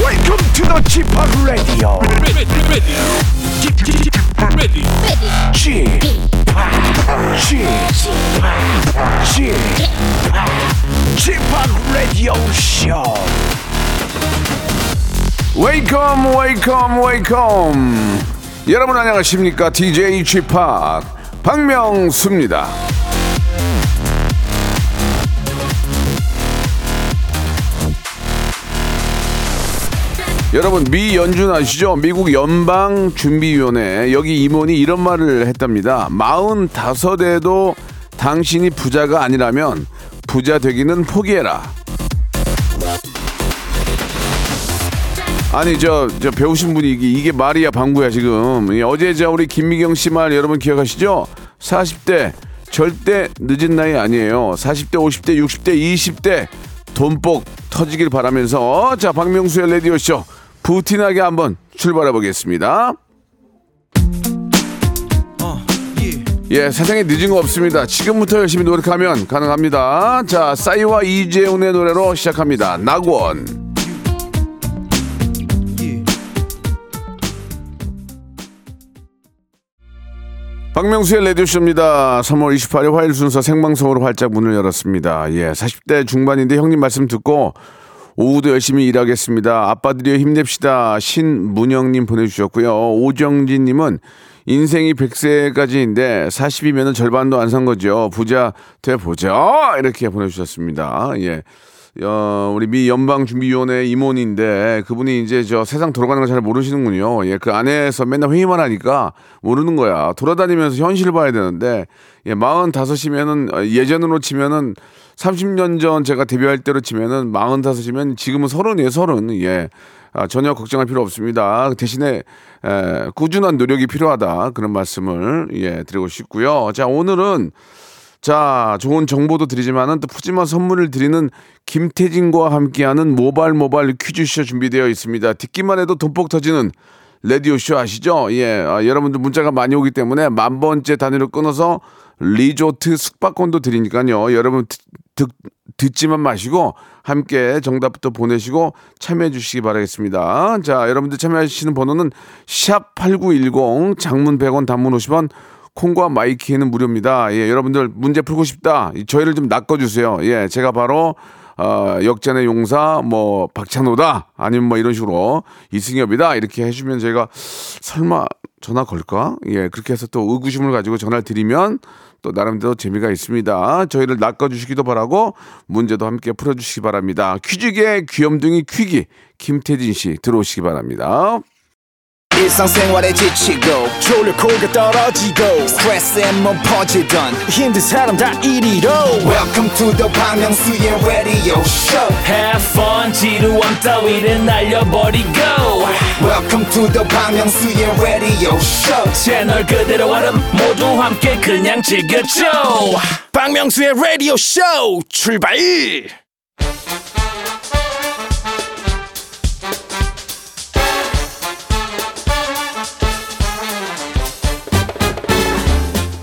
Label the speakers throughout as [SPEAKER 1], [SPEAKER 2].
[SPEAKER 1] Welcome to the g p o p Radio.
[SPEAKER 2] ready, ready, ready, ready.
[SPEAKER 1] g p o p G-POP, g p o p Radio Show. Welcome, welcome, welcome. 여러분 안녕하십니까? DJ g p o p 박명수입니다. 여러분 미 연준 아시죠? 미국 연방 준비위원회 여기 임원이 이런 말을 했답니다. 마흔 다섯에도 당신이 부자가 아니라면 부자 되기는 포기해라. 아니 저, 저 배우신 분이 이게, 이게 말이야 방구야 지금 예, 어제 저 우리 김미경 씨 말 여러분 기억하시죠? 40대 절대 늦은 나이 아니에요 40대 50대 60대 20대 돈복 터지길 바라면서 자 박명수의 라디오쇼 부티나게 한번 출발해 보겠습니다 예, 세상에 늦은 거 없습니다. 지금부터 열심히 노력하면 가능합니다. 자, 싸이와 이재훈의 노래로 시작합니다. 낙원. 박명수의 레디오쇼입니다. 3월 28일 화요일 순서 생방송으로 활짝 문을 열었습니다. 예, 40대 중반인데 형님 말씀 듣고 오후도 열심히 일하겠습니다. 아빠들이여 힘냅시다. 신문영님 보내주셨고요. 오정진님은 인생이 100세까지인데 40이면 절반도 안 산 거죠. 부자 돼보자. 이렇게 보내주셨습니다. 예. 어, 우리 미 연방준비위원회 임원인데 그분이 이제 저 세상 돌아가는 걸 잘 모르시는군요. 예, 그 안에서 맨날 회의만 하니까 모르는 거야. 돌아다니면서 현실을 봐야 되는데 예, 45이면은 어, 예전으로 치면은 30년 전 제가 데뷔할 때로 치면은 45이면 지금은 30이에요, 30. 예. 아, 전혀 걱정할 필요 없습니다. 대신에 에, 꾸준한 노력이 필요하다. 그런 말씀을 예, 드리고 싶고요. 자, 오늘은 자, 좋은 정보도 드리지만은 또 푸짐한 선물을 드리는 김태진과 함께하는 모발 모발 퀴즈쇼 준비되어 있습니다. 듣기만 해도 돈폭 터지는 라디오쇼 아시죠? 예, 아, 여러분들 문자가 많이 오기 때문에 만 번째 단위로 끊어서 리조트 숙박권도 드리니까요. 여러분 듣, 듣, 듣지만 마시고 함께 정답부터 보내시고 참여해 주시기 바라겠습니다. 자, 여러분들 참여하시는 번호는 샵8910 장문 100원 단문 50원 콩과 마이키는 무료입니다. 예, 여러분들 문제 풀고 싶다. 이 저희를 좀 낚아주세요. 예, 제가 바로 어, 역전의 용사, 뭐 박찬호다, 아니면 뭐 이런 식으로 이승엽이다 이렇게 해주면 저희가 설마 전화 걸까? 예, 그렇게 해서 또 의구심을 가지고 전화를 드리면 또 나름대로 재미가 있습니다. 저희를 낚아주시기도 바라고 문제도 함께 풀어주시기 바랍니다. 퀴즈계 귀염둥이 퀴기 김태진 씨 들어오시기 바랍니다.
[SPEAKER 3] 일상생활에 지치고, 졸려 코가 떨어지고, 스트레스에 몸 퍼지던, 힘든 사람 다 이리로. welcome to the Bang Myung-soo's radio show
[SPEAKER 4] Have fun 지루함 따위를 날려버리고
[SPEAKER 3] welcome to the Bang Myung-soo's radio show
[SPEAKER 4] 채널 그대로 얼음 모두 함께 그냥 즐겨줘
[SPEAKER 3] 박명수의 radio show 출발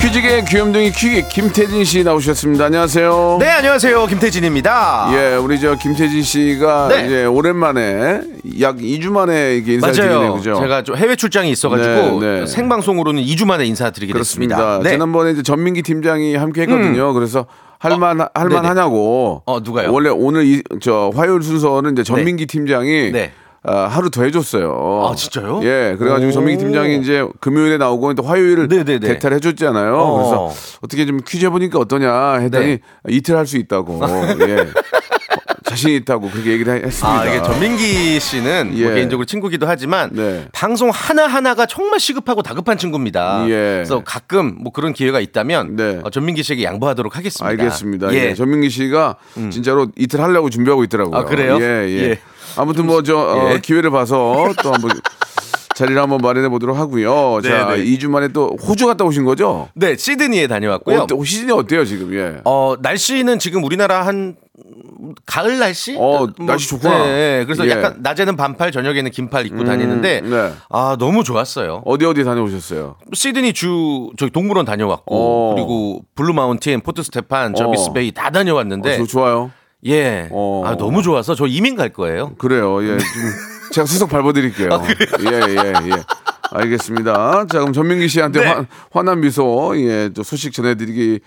[SPEAKER 1] 퀴즈계 귀염둥이 퀴기 김태진 씨 나오셨습니다. 안녕하세요.
[SPEAKER 5] 네, 안녕하세요. 김태진입니다.
[SPEAKER 1] 예, 우리 저 김태진 씨가
[SPEAKER 5] 네.
[SPEAKER 1] 이제 오랜만에 약 2주 만에 이게 인사드리네요,
[SPEAKER 5] 맞아요.
[SPEAKER 1] 그죠?
[SPEAKER 5] 제가 좀 해외 출장이 있어가지고
[SPEAKER 1] 네, 네.
[SPEAKER 5] 생방송으로는 2주 만에 인사드리게
[SPEAKER 1] 그렇습니다.
[SPEAKER 5] 됐습니다. 네. 음. 어,
[SPEAKER 1] 지난번에 이제 전민기 팀장이 함께 했거든요. 그래서 할만 할만
[SPEAKER 5] 네네.
[SPEAKER 1] 하냐고.
[SPEAKER 5] 어, 누가요?
[SPEAKER 1] 원래 오늘 이, 저 화요일 순서는 이제 전민기 팀장이
[SPEAKER 5] 네.
[SPEAKER 1] 아, 하루 더 해줬어요.
[SPEAKER 5] 아, 진짜요?
[SPEAKER 1] 예, 그래가지고
[SPEAKER 5] 오.
[SPEAKER 1] 전민기 팀장이 이제 금요일에 나오고 또 화요일을
[SPEAKER 5] 네네네.
[SPEAKER 1] 대타를 해줬잖아요.
[SPEAKER 5] 어.
[SPEAKER 1] 그래서 어떻게 좀 퀴즈 해보니까 어떠냐 했더니
[SPEAKER 5] 네.
[SPEAKER 1] 이틀 할 수 있다고. 예. 자신 있다고 그렇게 얘기를 해- 했습니다.
[SPEAKER 5] 아, 이게 전민기 씨는 뭐
[SPEAKER 1] 예.
[SPEAKER 5] 개인적으로 친구기도 하지만
[SPEAKER 1] 네.
[SPEAKER 5] 방송 하나하나가 정말 시급하고 다급한 친구입니다.
[SPEAKER 1] 예.
[SPEAKER 5] 그래서 가끔 뭐 그런 기회가 있다면
[SPEAKER 1] 네.
[SPEAKER 5] 어, 전민기 씨에게 양보하도록 하겠습니다.
[SPEAKER 1] 알겠습니다.
[SPEAKER 5] 예. 음.
[SPEAKER 1] 예. 전민기 씨가 진짜로 이틀 하려고 준비하고 있더라고요.
[SPEAKER 5] 아, 그래요?
[SPEAKER 1] 예, 예.
[SPEAKER 5] 예.
[SPEAKER 1] 아무튼 뭐 저
[SPEAKER 5] 예.
[SPEAKER 1] 기회를 봐서 또 한번 자리를 한번 마련해 보도록 하고요. 자,
[SPEAKER 5] 네, 네.
[SPEAKER 1] 2주 만에 또 호주 갔다 오신 거죠?
[SPEAKER 5] 네, 시드니에 다녀왔고요.
[SPEAKER 1] 어때, 시즌이 어때요, 지금? 예.
[SPEAKER 5] 어, 날씨는 지금 우리나라 한 좀 가을 날씨?
[SPEAKER 1] 어, 날씨 좋구나.
[SPEAKER 5] 네, 네. 그래서
[SPEAKER 1] 예.
[SPEAKER 5] 약간 낮에는 반팔, 저녁에는 긴팔 입고 다니는데
[SPEAKER 1] 네.
[SPEAKER 5] 아 너무 좋았어요.
[SPEAKER 1] 어디 어디 다녀오셨어요?
[SPEAKER 5] 시드니 주 저기 동물원 다녀왔고
[SPEAKER 1] 어.
[SPEAKER 5] 그리고 블루 마운틴, 포트 스테판, 저비스 베이 다
[SPEAKER 1] 어,
[SPEAKER 5] 다녀왔는데
[SPEAKER 1] 저 좋아요.
[SPEAKER 5] 예,
[SPEAKER 1] 어.
[SPEAKER 5] 아 너무 좋아서 저 이민 갈 거예요.
[SPEAKER 1] 그래요. 예. 좀 제가 수석 밟아드릴게요. 예, 예, 예. 알겠습니다. 자, 그럼 전민기
[SPEAKER 5] 네.
[SPEAKER 1] 씨한테 화, 화난 미소, 예, 또 소식 전해드리기,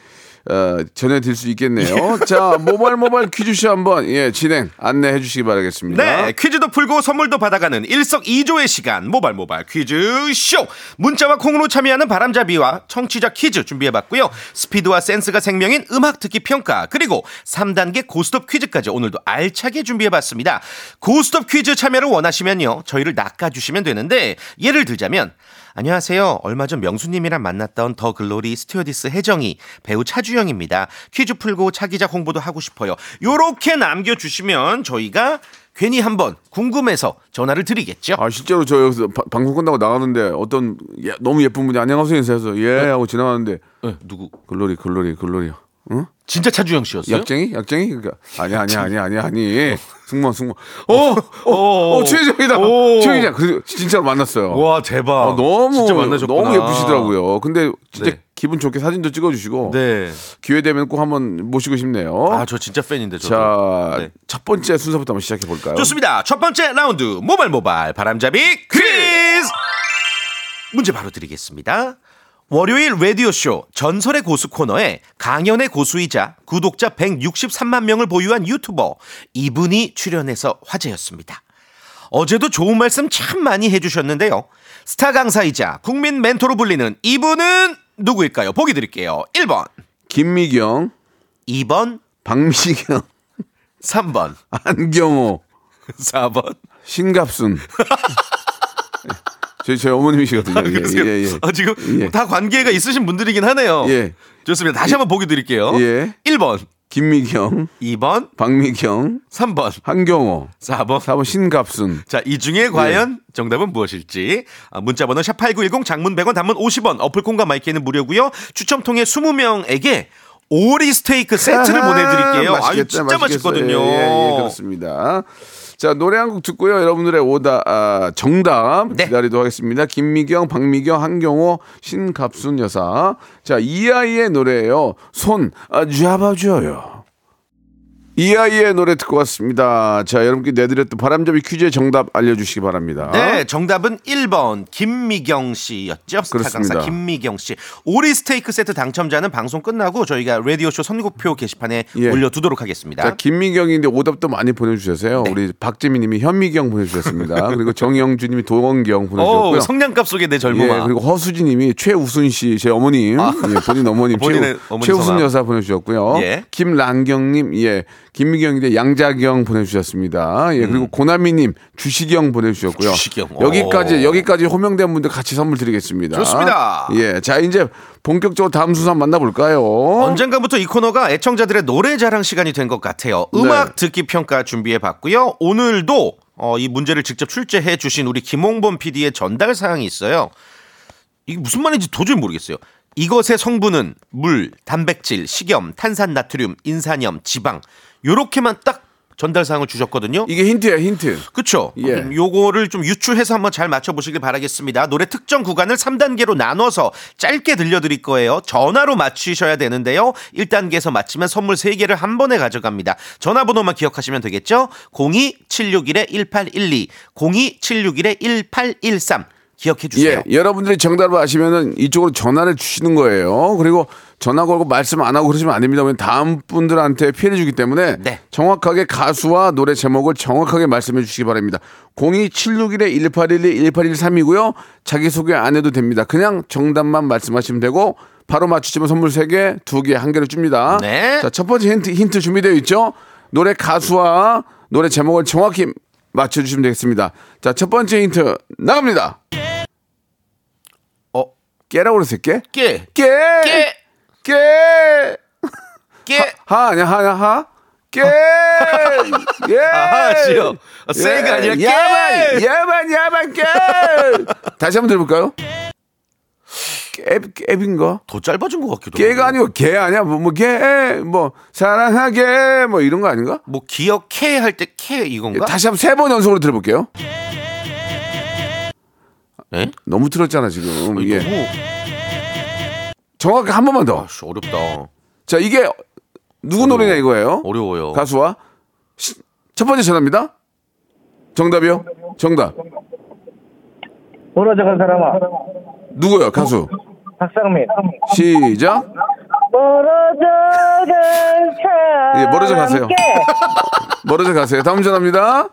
[SPEAKER 1] 어, 전해드릴 수 있겠네요.
[SPEAKER 5] 예.
[SPEAKER 1] 자, 모발 모발 퀴즈쇼 한번, 예, 진행, 안내해 주시기 바라겠습니다.
[SPEAKER 6] 네, 퀴즈도 풀고 선물도 받아가는 일석이조의 시간 모발 모발 퀴즈 쇼. 문자와 콩으로 참여하는 바람잡이와 청취자 퀴즈 준비해봤고요. 스피드와 센스가 생명인 음악 듣기 평가 그리고 3단계 고스톱 퀴즈까지 오늘도 알차게 준비해봤습니다. 고스톱 퀴즈 참여를 원하시면요, 저희를 낚아주시면 되는데 예를 들자면. 안녕하세요. 얼마 전 명수님이랑 만났던 더 글로리 스튜어디스 혜정이 배우 차주영입니다. 퀴즈 풀고 차기작 홍보도 하고 싶어요. 요렇게 남겨주시면 저희가 괜히 한번 궁금해서 전화를 드리겠죠.
[SPEAKER 1] 아, 실제로 저 여기서 바- 방송 끝나고 나가는데 어떤 예- 너무 예쁜 분이 안녕하세요 인사해서 예
[SPEAKER 5] 네.
[SPEAKER 1] 하고 지나가는데
[SPEAKER 5] 예, 누구?
[SPEAKER 1] 글로리, 글로리, 글로리요.
[SPEAKER 5] 진짜 차주영 씨였어요? 어.
[SPEAKER 1] 약쟁이? 약쟁이? 그러니까 아니 아니 아니 아니 아니 승무원 승무원 어, 어어 최혜정이다
[SPEAKER 5] 오.
[SPEAKER 1] 최혜정 그 진짜로 만났어요
[SPEAKER 5] 와 대박.
[SPEAKER 1] 아, 너무
[SPEAKER 5] 진짜 만나셨구나.
[SPEAKER 1] 너무 예쁘시더라고요 근데 진짜
[SPEAKER 5] 네.
[SPEAKER 1] 기분 좋게 사진도 찍어주시고
[SPEAKER 5] 네.
[SPEAKER 1] 기회 되면 꼭 한번 모시고 싶네요
[SPEAKER 5] 아 저 진짜 팬인데 저.
[SPEAKER 1] 자 첫
[SPEAKER 5] 네.
[SPEAKER 1] 번째 순서부터 한번 시작해 볼까요
[SPEAKER 6] 좋습니다. 첫 번째 라운드 모발 모발 바람잡이 퀴즈. 문제 바로 드리겠습니다. 월요일 라디오쇼 전설의 고수 코너에 강연의 고수이자 구독자 163만 명을 보유한 유튜버 이분이 출연해서 화제였습니다. 어제도 좋은 말씀 참 많이 해주셨는데요. 스타 강사이자 국민 멘토로 불리는 이분은 누구일까요? 보기 드릴게요. 1번,
[SPEAKER 1] 김미경
[SPEAKER 6] 2번,
[SPEAKER 1] 박미경
[SPEAKER 6] 3번,
[SPEAKER 1] 안경호
[SPEAKER 6] 4번.
[SPEAKER 1] 신갑순 저희 저희 어머님이시거든요
[SPEAKER 6] 그러세요?
[SPEAKER 1] 예예 예,
[SPEAKER 6] 아, 지금
[SPEAKER 1] 예.
[SPEAKER 6] 다 관계가 있으신 분들이긴 하네요.
[SPEAKER 1] 예.
[SPEAKER 6] 좋습니다. 다시 한번 보기 드릴게요.
[SPEAKER 1] 예.
[SPEAKER 6] 1번,
[SPEAKER 1] 김미경
[SPEAKER 6] 2번,
[SPEAKER 1] 박미경
[SPEAKER 6] 3번,
[SPEAKER 1] 한경호
[SPEAKER 6] 4번.
[SPEAKER 1] 4번 신갑순
[SPEAKER 6] 자, 이 중에 과연
[SPEAKER 1] 예.
[SPEAKER 6] 정답은 무엇일지. 아, 문자 번호 샵8910 장문 100원 단문 50원. 어플 콩과 마이크는 무료고요. 추첨 통해 20명에게 오리 스테이크 세트를
[SPEAKER 1] 아하,
[SPEAKER 6] 보내 드릴게요. 아,
[SPEAKER 1] 맛있겠다,
[SPEAKER 6] 진짜
[SPEAKER 1] 맛있겠어요.
[SPEAKER 6] 맛있거든요.
[SPEAKER 1] 예, 예, 그렇습니다. 자 노래 한 곡 듣고요. 여러분들의 오다 아, 정답
[SPEAKER 6] 네.
[SPEAKER 1] 기다리도록 하겠습니다. 김미경, 박미경, 한경호, 신갑순 여사. 자 이아이의 노래예요. 손 아, 잡아줘요. 이아이의 노래 듣고 왔습니다. 자 여러분께 내드렸던 바람잡이 퀴즈의 정답 알려주시기 바랍니다.
[SPEAKER 6] 네, 정답은 1번 김미경 씨였죠. 스타
[SPEAKER 1] 그렇습니다.
[SPEAKER 6] 강사 김미경 씨. 오리 스테이크 세트 당첨자는 방송 끝나고 저희가 라디오 쇼 선곡표 게시판에
[SPEAKER 1] 예.
[SPEAKER 6] 올려두도록 하겠습니다.
[SPEAKER 1] 자, 김미경인데 오답도 많이 보내주셔서요.
[SPEAKER 6] 네.
[SPEAKER 1] 우리 박재민님이 현미경 보내주셨습니다. 그리고 정영주님이 도원경
[SPEAKER 6] 오,
[SPEAKER 1] 보내주셨고요.
[SPEAKER 6] 성냥값 속에 내
[SPEAKER 1] 예,
[SPEAKER 6] 젊음아. 아.
[SPEAKER 1] 그리고 허수진님이 최우순 씨 제 어머님, 예, 본인 어머님
[SPEAKER 6] 본인의
[SPEAKER 1] 최우,
[SPEAKER 6] 어머니
[SPEAKER 1] 최우순
[SPEAKER 6] 성함.
[SPEAKER 1] 여사 보내주셨고요.
[SPEAKER 6] 예.
[SPEAKER 1] 김란경님, 예, 김미경인데 양자경 보내주셨습니다. 예, 그리고 고나미님 주시경 보내주셨고요.
[SPEAKER 6] 음. 주시경, 오.
[SPEAKER 1] 여기까지 여기까지 호명된 분들 같이 선물 드리겠습니다.
[SPEAKER 6] 좋습니다.
[SPEAKER 1] 예, 자 이제 본격적으로 다음 수상 만나볼까요?
[SPEAKER 6] 언젠가부터 이 코너가 애청자들의 노래 자랑 시간이 된 것 같아요. 음악 듣기 평가 준비해 봤고요. 오늘도 어, 이 문제를 직접 출제해 주신 우리 김홍범 PD의 전달 사항이 있어요. 이게 무슨 말인지 도저히 모르겠어요. 이것의 성분은 물, 단백질, 식염, 탄산, 나트륨, 인산염, 지방 요렇게만 딱 전달 사항을 주셨거든요.
[SPEAKER 1] 이게 힌트야 힌트.
[SPEAKER 6] 그렇죠.
[SPEAKER 1] 예.
[SPEAKER 6] 요거를 좀 유추해서 한번 잘 맞춰 보시길 바라겠습니다. 노래 특정 구간을 3단계로 나눠서 짧게 들려 드릴 거예요. 전화로 맞추셔야 되는데요. 1단계에서 맞추면 선물 3개를 한 번에 가져갑니다. 전화 번호만 기억하시면 되겠죠? 02761-1812, 02761-1813. 기억해 주세요.
[SPEAKER 1] 예, 여러분들이 정답을 아시면은 이쪽으로 전화를 주시는 거예요. 그리고 전화 걸고 말씀 안 하고 그러시면 안 됩니다. 왜냐면 다음 분들한테 피해를 주기 때문에
[SPEAKER 6] 네.
[SPEAKER 1] 정확하게 가수와 노래 제목을 정확하게 말씀해 주시기 바랍니다. 02761-1812-1813이고요. 자기소개 안 해도 됩니다. 그냥 정답만 말씀하시면 되고 바로 맞추시면 선물 3개, 2개, 1개를 줍니다.
[SPEAKER 6] 네.
[SPEAKER 1] 자, 첫 번째 힌트, 힌트 준비되어 있죠? 노래 가수와 노래 제목을 정확히 맞춰주시면 되겠습니다. 자, 첫 번째 힌트 나갑니다.
[SPEAKER 6] 어,
[SPEAKER 1] 깨라고 그랬어요. 깨?
[SPEAKER 6] 깨.
[SPEAKER 1] 깨!
[SPEAKER 6] 깨.
[SPEAKER 1] 깨!
[SPEAKER 6] 깨.
[SPEAKER 1] 하 아니야 하야 하? 깨! 예!
[SPEAKER 6] 아시요. 세가 아니라 깨.
[SPEAKER 1] 야만! 야만! 야만! 깨! 다시 한번 들어볼까요? 갭, 갭인가?
[SPEAKER 5] 더 짧아진 것 같기도 하고.
[SPEAKER 1] 개가 아니고 개 아니야? 뭐, 뭐, 개, 뭐, 사랑하게, 뭐 이런 거 아닌가? 예,
[SPEAKER 6] 뭐 기억해 할 때 캐 이건가?
[SPEAKER 1] 다시 한번 세 번 연속으로 들어볼게요.
[SPEAKER 6] 네?
[SPEAKER 1] 너무 틀었잖아, 지금.
[SPEAKER 6] 아니,
[SPEAKER 1] 예.
[SPEAKER 6] 너무
[SPEAKER 1] 정확하게 한 번만 더.
[SPEAKER 6] 아씨, 어렵다.
[SPEAKER 1] 자, 이게 누구 노래냐 이거예요?
[SPEAKER 6] 어려워요.
[SPEAKER 1] 가수와 시- 첫 번째 전화입니다. 정답이요? 정답.
[SPEAKER 7] 멀어져간 사람아
[SPEAKER 1] 누구요? 가수.
[SPEAKER 7] 박상민
[SPEAKER 1] 시작.
[SPEAKER 7] 멀어져간 사람
[SPEAKER 1] 예, 멀어져 가세요. 멀어져 가세요. 다음 전화입니다.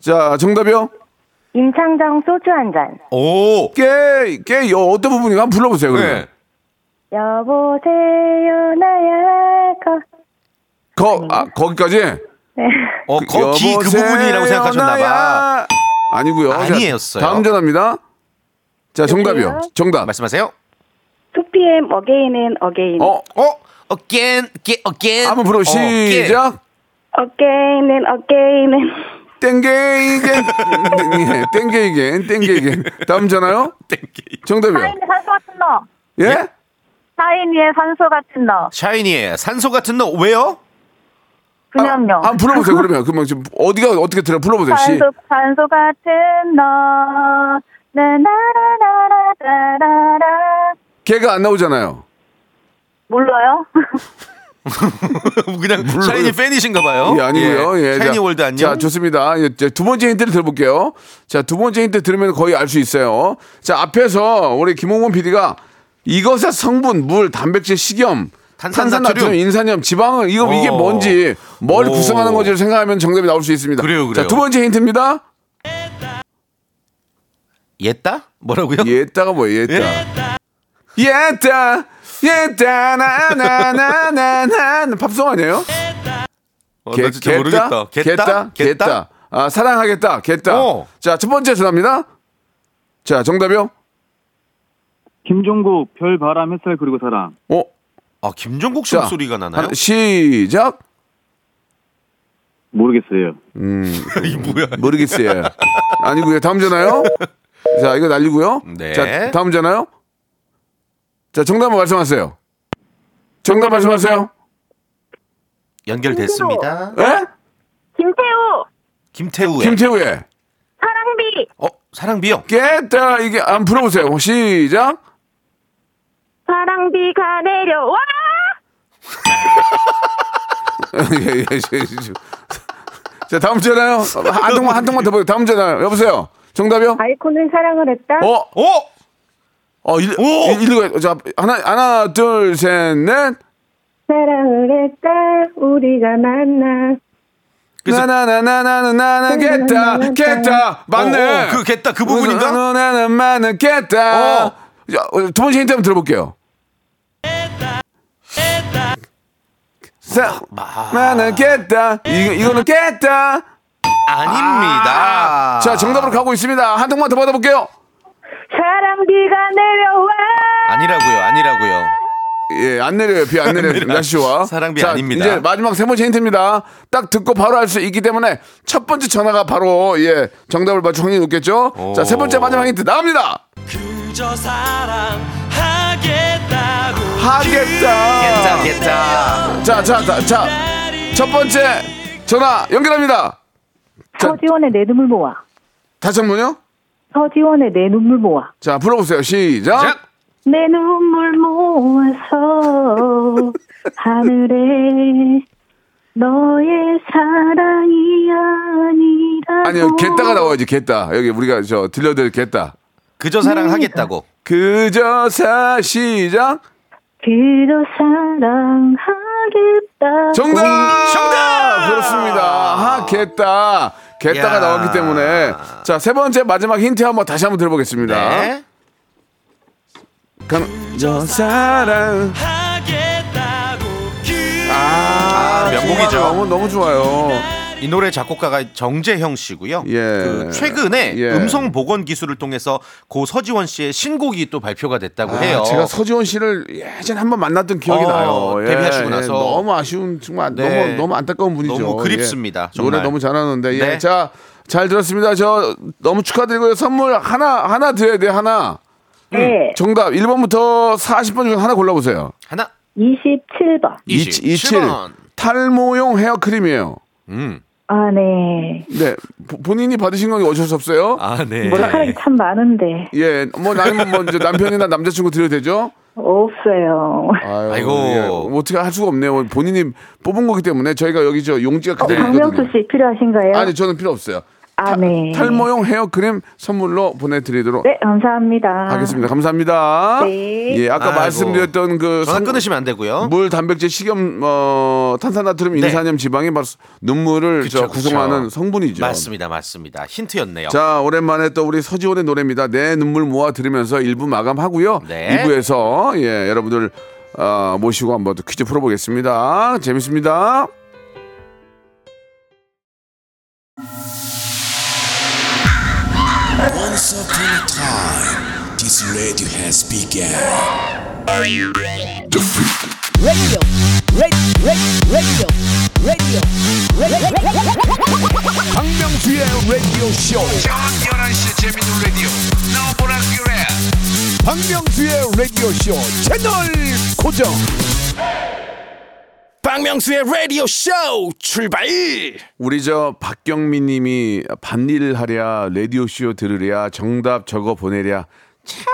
[SPEAKER 1] 자, 정답이요?
[SPEAKER 8] 임창정 소주 한잔
[SPEAKER 6] 오.
[SPEAKER 1] 깨, 깨, 여, 어떤 부분인가 한번 불러보세요, 그러면.
[SPEAKER 6] 네.
[SPEAKER 8] 여보세요 나야 거
[SPEAKER 1] 거, 아, 거기까지?
[SPEAKER 6] 어, 거기 그
[SPEAKER 1] 여보세요,
[SPEAKER 6] 부분이라고 생각하셨나봐.
[SPEAKER 1] 나야. 아니고요. 자,
[SPEAKER 6] 아니었어요.
[SPEAKER 1] 다음 전화입니다. 자, 정답이요. 정답.
[SPEAKER 6] 말씀하세요.
[SPEAKER 8] 2PM 어게인 앤 어게인
[SPEAKER 1] 어,
[SPEAKER 6] 어, again, again, again.
[SPEAKER 1] 한번 불러
[SPEAKER 6] 어, again.
[SPEAKER 1] 시작.
[SPEAKER 8] 어게인 앤 어게인 앤
[SPEAKER 1] 땡게이겐 예, 땡게이겐 땡게이겐 다음 전화요?
[SPEAKER 6] 땡기.
[SPEAKER 1] 정답이요.
[SPEAKER 8] 산소 같은 너
[SPEAKER 1] 예?
[SPEAKER 8] 사인이의 산소 같은 너
[SPEAKER 6] 샤이니의 산소 같은 너 왜요?
[SPEAKER 8] 분연명
[SPEAKER 1] 아, 한번 불러보세요 그러면 그러면 지금 어디가 어떻게 들어 불러보세요 시.
[SPEAKER 8] 산소 산소 같은 너 나나라라라라라
[SPEAKER 1] 걔가 안 나오잖아요.
[SPEAKER 8] 몰라요?
[SPEAKER 6] 그냥 샤이니 팬이신가 봐요.
[SPEAKER 1] 예 아니고요. 예,
[SPEAKER 6] 어? 샤이니
[SPEAKER 1] 자,
[SPEAKER 6] 월드 안녕.
[SPEAKER 1] 자 좋습니다. 예, 자, 두 번째 힌트를 들어볼게요. 자 두 번째 힌트 들으면 거의 알 수 있어요. 자 앞에서 우리 김홍원 PD가 이것의 성분 물 단백질 식염
[SPEAKER 6] 탄산나트륨.
[SPEAKER 1] 탄산나트륨, 인산염, 지방은 이거 이게
[SPEAKER 6] 어.
[SPEAKER 1] 뭔지 뭘
[SPEAKER 6] 오.
[SPEAKER 1] 구성하는 건지를 생각하면 정답이 나올 수 있습니다.
[SPEAKER 6] 그래요, 그래요.
[SPEAKER 1] 자두 번째 힌트입니다.
[SPEAKER 6] 옛다? 뭐라고요?
[SPEAKER 1] 얘따가 뭐야 얘따 얘따 얘따 나나나나나 팝송 아니에요?
[SPEAKER 6] 어, 나 진짜 모르겠다.
[SPEAKER 1] 겠다 겠다 아 사랑하겠다 겠다
[SPEAKER 6] 어.
[SPEAKER 1] 자첫 번째 전화입니다 자 정답이요
[SPEAKER 9] 김종국 별 바람 햇살 그리고 사랑
[SPEAKER 1] 어
[SPEAKER 6] 아, 김종국 씨
[SPEAKER 1] 자,
[SPEAKER 6] 목소리가 나나요?
[SPEAKER 1] 하나, 시작
[SPEAKER 9] 모르겠어요.
[SPEAKER 6] 이 뭐야?
[SPEAKER 1] 모르겠어요 아니고요 다음 전화요 자 이거 날리고요
[SPEAKER 6] 네.
[SPEAKER 1] 자 다음 전화요 자 정답 한번 말씀하세요 정답 말씀하세요
[SPEAKER 6] 연결됐습니다.
[SPEAKER 1] 예
[SPEAKER 8] 김태우
[SPEAKER 6] 김태우의
[SPEAKER 1] 김태우의
[SPEAKER 8] 사랑비
[SPEAKER 6] 어, 사랑비요.
[SPEAKER 1] 깼다 이게 안 풀어보세요 시작
[SPEAKER 8] 사랑비가 내려와
[SPEAKER 1] 예예 자 다음 전화요 한 통만 한 통만 더 보세요 다음 전화요 여보세요 정답이요
[SPEAKER 8] 아이콘은 사랑을 했다
[SPEAKER 1] 어어 어,
[SPEAKER 6] 어!
[SPEAKER 1] 일,
[SPEAKER 6] 오!
[SPEAKER 1] 일, 일로 자 하나 하나 둘셋넷
[SPEAKER 8] 사랑을 했다 우리가 만나
[SPEAKER 6] 그래서-
[SPEAKER 1] 나나나나나나나 깼다 깼다 맞네
[SPEAKER 6] 어, 어, 그 겠다 그 부분인가?
[SPEAKER 1] 나나나나 깼다
[SPEAKER 6] 어.
[SPEAKER 1] 자, 어, 두 번째 힌트 한번 들어볼게요 자, 나는 깼다 이거 이거는 깼다
[SPEAKER 6] 아닙니다.
[SPEAKER 1] 자, 정답으로 가고 있습니다. 한 통만 더 받아볼게요.
[SPEAKER 8] 사랑비가 내려와
[SPEAKER 6] 아니라고요. 아니라고요.
[SPEAKER 1] 예, 안 내려요. 비 안 내려요. 날씨와.
[SPEAKER 6] 사랑비
[SPEAKER 1] 자,
[SPEAKER 6] 아닙니다.
[SPEAKER 1] 이제 마지막 세 번째 힌트입니다. 딱 듣고 바로 알 수 있기 때문에 첫 번째 전화가 바로, 예, 정답을 맞출 확률이 높겠죠?
[SPEAKER 6] 오.
[SPEAKER 1] 자, 세 번째 마지막 힌트 나옵니다!
[SPEAKER 4] 그저 사랑하겠다고
[SPEAKER 1] 하겠다!
[SPEAKER 6] 겠다 겠다.
[SPEAKER 1] 자, 자, 자, 자. 첫 번째 전화 연결합니다. 자,
[SPEAKER 8] 서지원의 내 눈물 모아
[SPEAKER 1] 다시 한 번요?
[SPEAKER 8] 서지원의 내 눈물 모아
[SPEAKER 1] 자, 불러보세요. 시작!
[SPEAKER 6] 자,
[SPEAKER 8] 내 눈물 모아서 하늘에 너의 사랑이 아니라
[SPEAKER 1] 아니요, 겠다가 나와야지, 겠다. 여기 우리가 저 들려드릴 겠다.
[SPEAKER 6] 그저 사랑하겠다고.
[SPEAKER 1] 음. 그저 사, 시작!
[SPEAKER 8] 그저 사랑하겠다
[SPEAKER 1] 정답!
[SPEAKER 6] 정답!
[SPEAKER 1] 그렇습니다. 아, 하겠다. 겠다가
[SPEAKER 6] 야.
[SPEAKER 1] 나왔기 때문에 자 세 번째 마지막 힌트 한번 다시 한번 들어보겠습니다.
[SPEAKER 6] 네.
[SPEAKER 1] 간- 저 사랑 아,
[SPEAKER 6] 아, 명곡이죠.
[SPEAKER 1] 너무 너무 좋아요.
[SPEAKER 6] 이 노래 작곡가가 정재형 씨고요.
[SPEAKER 1] 예.
[SPEAKER 6] 그 최근에
[SPEAKER 1] 예.
[SPEAKER 6] 음성 보건 기술을 통해서 고 서지원 씨의 신곡이 또 발표가 됐다고 해요.
[SPEAKER 1] 아, 제가 서지원 씨를 예전에 한번 만났던 기억이
[SPEAKER 6] 어,
[SPEAKER 1] 나요. 예,
[SPEAKER 6] 데뷔하시고 나서.
[SPEAKER 1] 너무 아쉬운 정말
[SPEAKER 6] 네.
[SPEAKER 1] 너무 너무 안타까운 분이죠. 예.
[SPEAKER 6] 너무 그립습니다, 정말.
[SPEAKER 1] 노래 너무 잘하는데 예.
[SPEAKER 6] 네.
[SPEAKER 1] 자, 잘 들었습니다. 저 너무 축하드리고요. 선물 하나 하나 드려야 돼. 하나.
[SPEAKER 8] 네,
[SPEAKER 1] 정답 1번부터 40번 중에 하나 골라보세요.
[SPEAKER 6] 하나
[SPEAKER 8] 27번.
[SPEAKER 6] 27.
[SPEAKER 1] 27. 탈모용 헤어크림이에요.
[SPEAKER 8] 아, 네.
[SPEAKER 1] 네. 보- 본인이 받으신 건 어쩔 수 없어요.
[SPEAKER 5] 아, 네.
[SPEAKER 8] 머리카락이 참 많은데
[SPEAKER 1] 예. 뭐 나는 뭐 이제 남편이나 남자친구 드려도 되죠?
[SPEAKER 8] 없어요.
[SPEAKER 1] 아유,
[SPEAKER 6] 아이고.
[SPEAKER 1] 예. 뭐 어떻게 할 수가 없네요. 본인이 뽑은 거기 때문에 저희가 여기 저 용지가
[SPEAKER 8] 어,
[SPEAKER 1] 그대로
[SPEAKER 8] 박명수
[SPEAKER 1] 있거든요.
[SPEAKER 8] 씨 필요하신가요?
[SPEAKER 1] 네. 아니 저는 필요 없어요.
[SPEAKER 8] 아, 네.
[SPEAKER 1] 탈모용 헤어크림 선물로 보내드리도록
[SPEAKER 8] 네, 감사합니다.
[SPEAKER 1] 하겠습니다. 감사합니다.
[SPEAKER 8] 네.
[SPEAKER 1] 예, 아까
[SPEAKER 6] 아이고.
[SPEAKER 1] 말씀드렸던 그
[SPEAKER 6] 전화
[SPEAKER 1] 선-
[SPEAKER 6] 끊으시면 안 되고요.
[SPEAKER 1] 물, 단백질, 식염, 어, 탄산나트륨, 인산염, 지방이 바로 눈물을
[SPEAKER 6] 네. 그쵸,
[SPEAKER 1] 저 구성하는
[SPEAKER 6] 그쵸.
[SPEAKER 1] 성분이죠.
[SPEAKER 6] 맞습니다, 맞습니다. 힌트였네요.
[SPEAKER 1] 뭐- 자, 오랜만에 또 우리 서지원의 노래입니다. 내 눈물 모아 들으면서 1부 마감하고요.
[SPEAKER 6] 네.
[SPEAKER 1] 2부에서 예, 여러분들 아, 모시고 한번 또 퀴즈 풀어보겠습니다. 재밌습니다. 박명수의 라디오 쇼. 저녁 11시 재밌는 라디오. 박명수의 라디오 쇼 채널 고정.
[SPEAKER 4] 박명수의 라디오 쇼 출발
[SPEAKER 1] 우리 저 박경민 님이 반일하랴 라디오 쇼 들으랴 정답 적어 보내랴 참